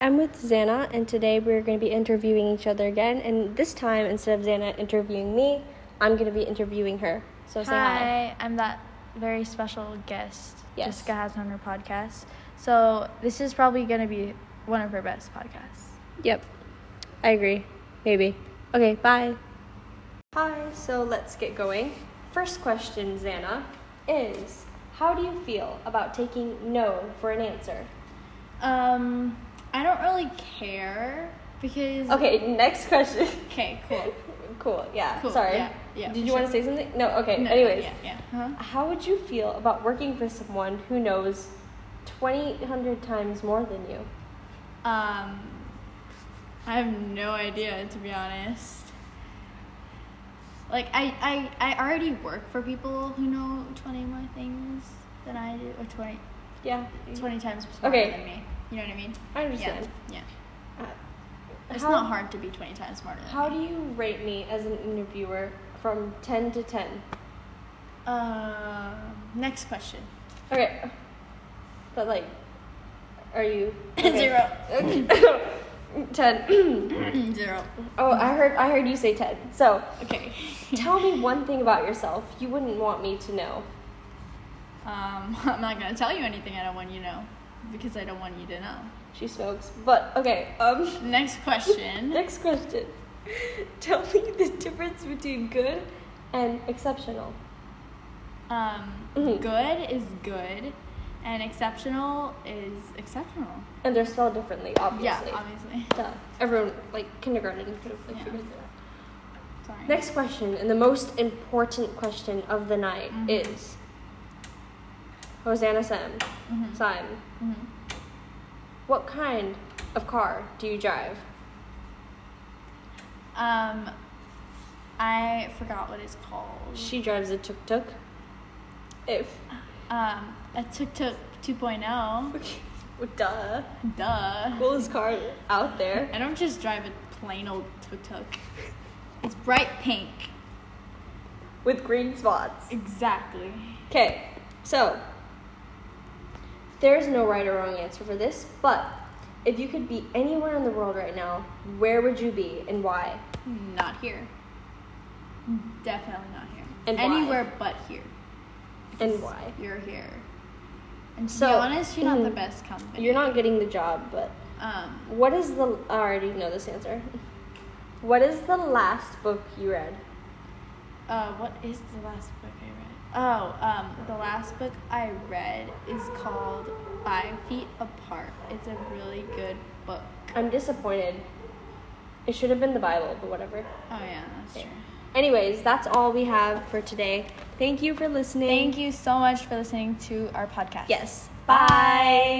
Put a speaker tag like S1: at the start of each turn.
S1: I'm with Xana, and today we're going to be interviewing each other again. And this time, instead of Xana interviewing me, I'm going to be interviewing her. So say hi.
S2: hi, I'm that very special guest
S1: Yes.
S2: Jessica has on her podcast. So this is probably going to be one of her best podcasts.
S1: Yep, I agree. Maybe. Okay, bye. Hi, so let's get going. First question, Xana, is how do you feel about taking no for an answer?
S2: Um, I don't really care because
S1: Okay, next question.
S2: okay, cool.
S1: cool, yeah.
S2: Cool,
S1: Sorry.
S2: yeah, yeah,
S1: Did you
S2: sure.
S1: want to say something? No, okay. Anyways.
S2: yeah, yeah. uh-huh. Huh?
S1: How would you feel about working for someone who knows 2,800 times more than you?
S2: Um, I have no idea to be honest. Like I, I, I already work for people who know twenty more things than I do, or 20,
S1: Yeah.
S2: 20 times smarter
S1: Okay.
S2: than me. You know what Mm-hmm. I mean?
S1: I understand.
S2: Yeah, yeah.
S1: Uh,
S2: It's
S1: how,
S2: not hard to be twenty times smarter. Than
S1: How
S2: me.
S1: do you rate me as an interviewer from 10 to 10?
S2: Uh, next question.
S1: Okay. But, like, are you.
S2: Zero.
S1: Zero. 10.
S2: Zero.
S1: oh, I heard, I heard you say 10. So,
S2: Okay.
S1: tell me one thing about yourself you wouldn't want me to know.
S2: Um, I'm not gonna tell you anything I don't want you to know because I don't want you to know.
S1: She smokes. But, okay. Um.
S2: Next question.
S1: Next question. Tell me the difference between good and exceptional.
S2: Um,
S1: Mhm.
S2: good is good, and exceptional is exceptional.
S1: And they're spelled differently, obviously.
S2: Yeah, obviously.
S1: Duh. Everyone, like kindergarten, could have like,
S2: Yeah.
S1: figured that out.
S2: Sorry.
S1: Next question, and the most important question of the night
S2: Mhm.
S1: is Hosanna Sam,
S2: Mhm.
S1: Sim,
S2: Mhm.
S1: what kind of car do you drive?
S2: Um, I forgot what it's called.
S1: She drives a tuk tuk. If.
S2: Um, a tuk tuk 2.0.
S1: Duh.
S2: Duh.
S1: Coolest car out there.
S2: I don't just drive a plain old tuk tuk. It's bright pink.
S1: With green spots.
S2: Exactly.
S1: Okay, so there's no right or wrong answer for this, but if you could be anywhere in the world right now, where would you be and why?
S2: Not here. Definitely not here.
S1: And why?
S2: Anywhere but here.
S1: And why?
S2: You're here. And to be
S1: So-
S2: honest, you're not the
S1: Mhm.
S2: best company.
S1: You're not getting the job, but
S2: Um,
S1: what is the. I already know this answer. What is the last book you read?
S2: uh, what is the last book I read? Oh, um, the last book I read is called Five Feet Apart. It's a really good book.
S1: I'm disappointed. It should have been the Bible, but whatever.
S2: Oh, yeah, that's true.
S1: Anyways, that's all we have for today. Thank you for listening.
S2: Thank you so much for listening to our podcast.
S1: Yes.
S2: Bye.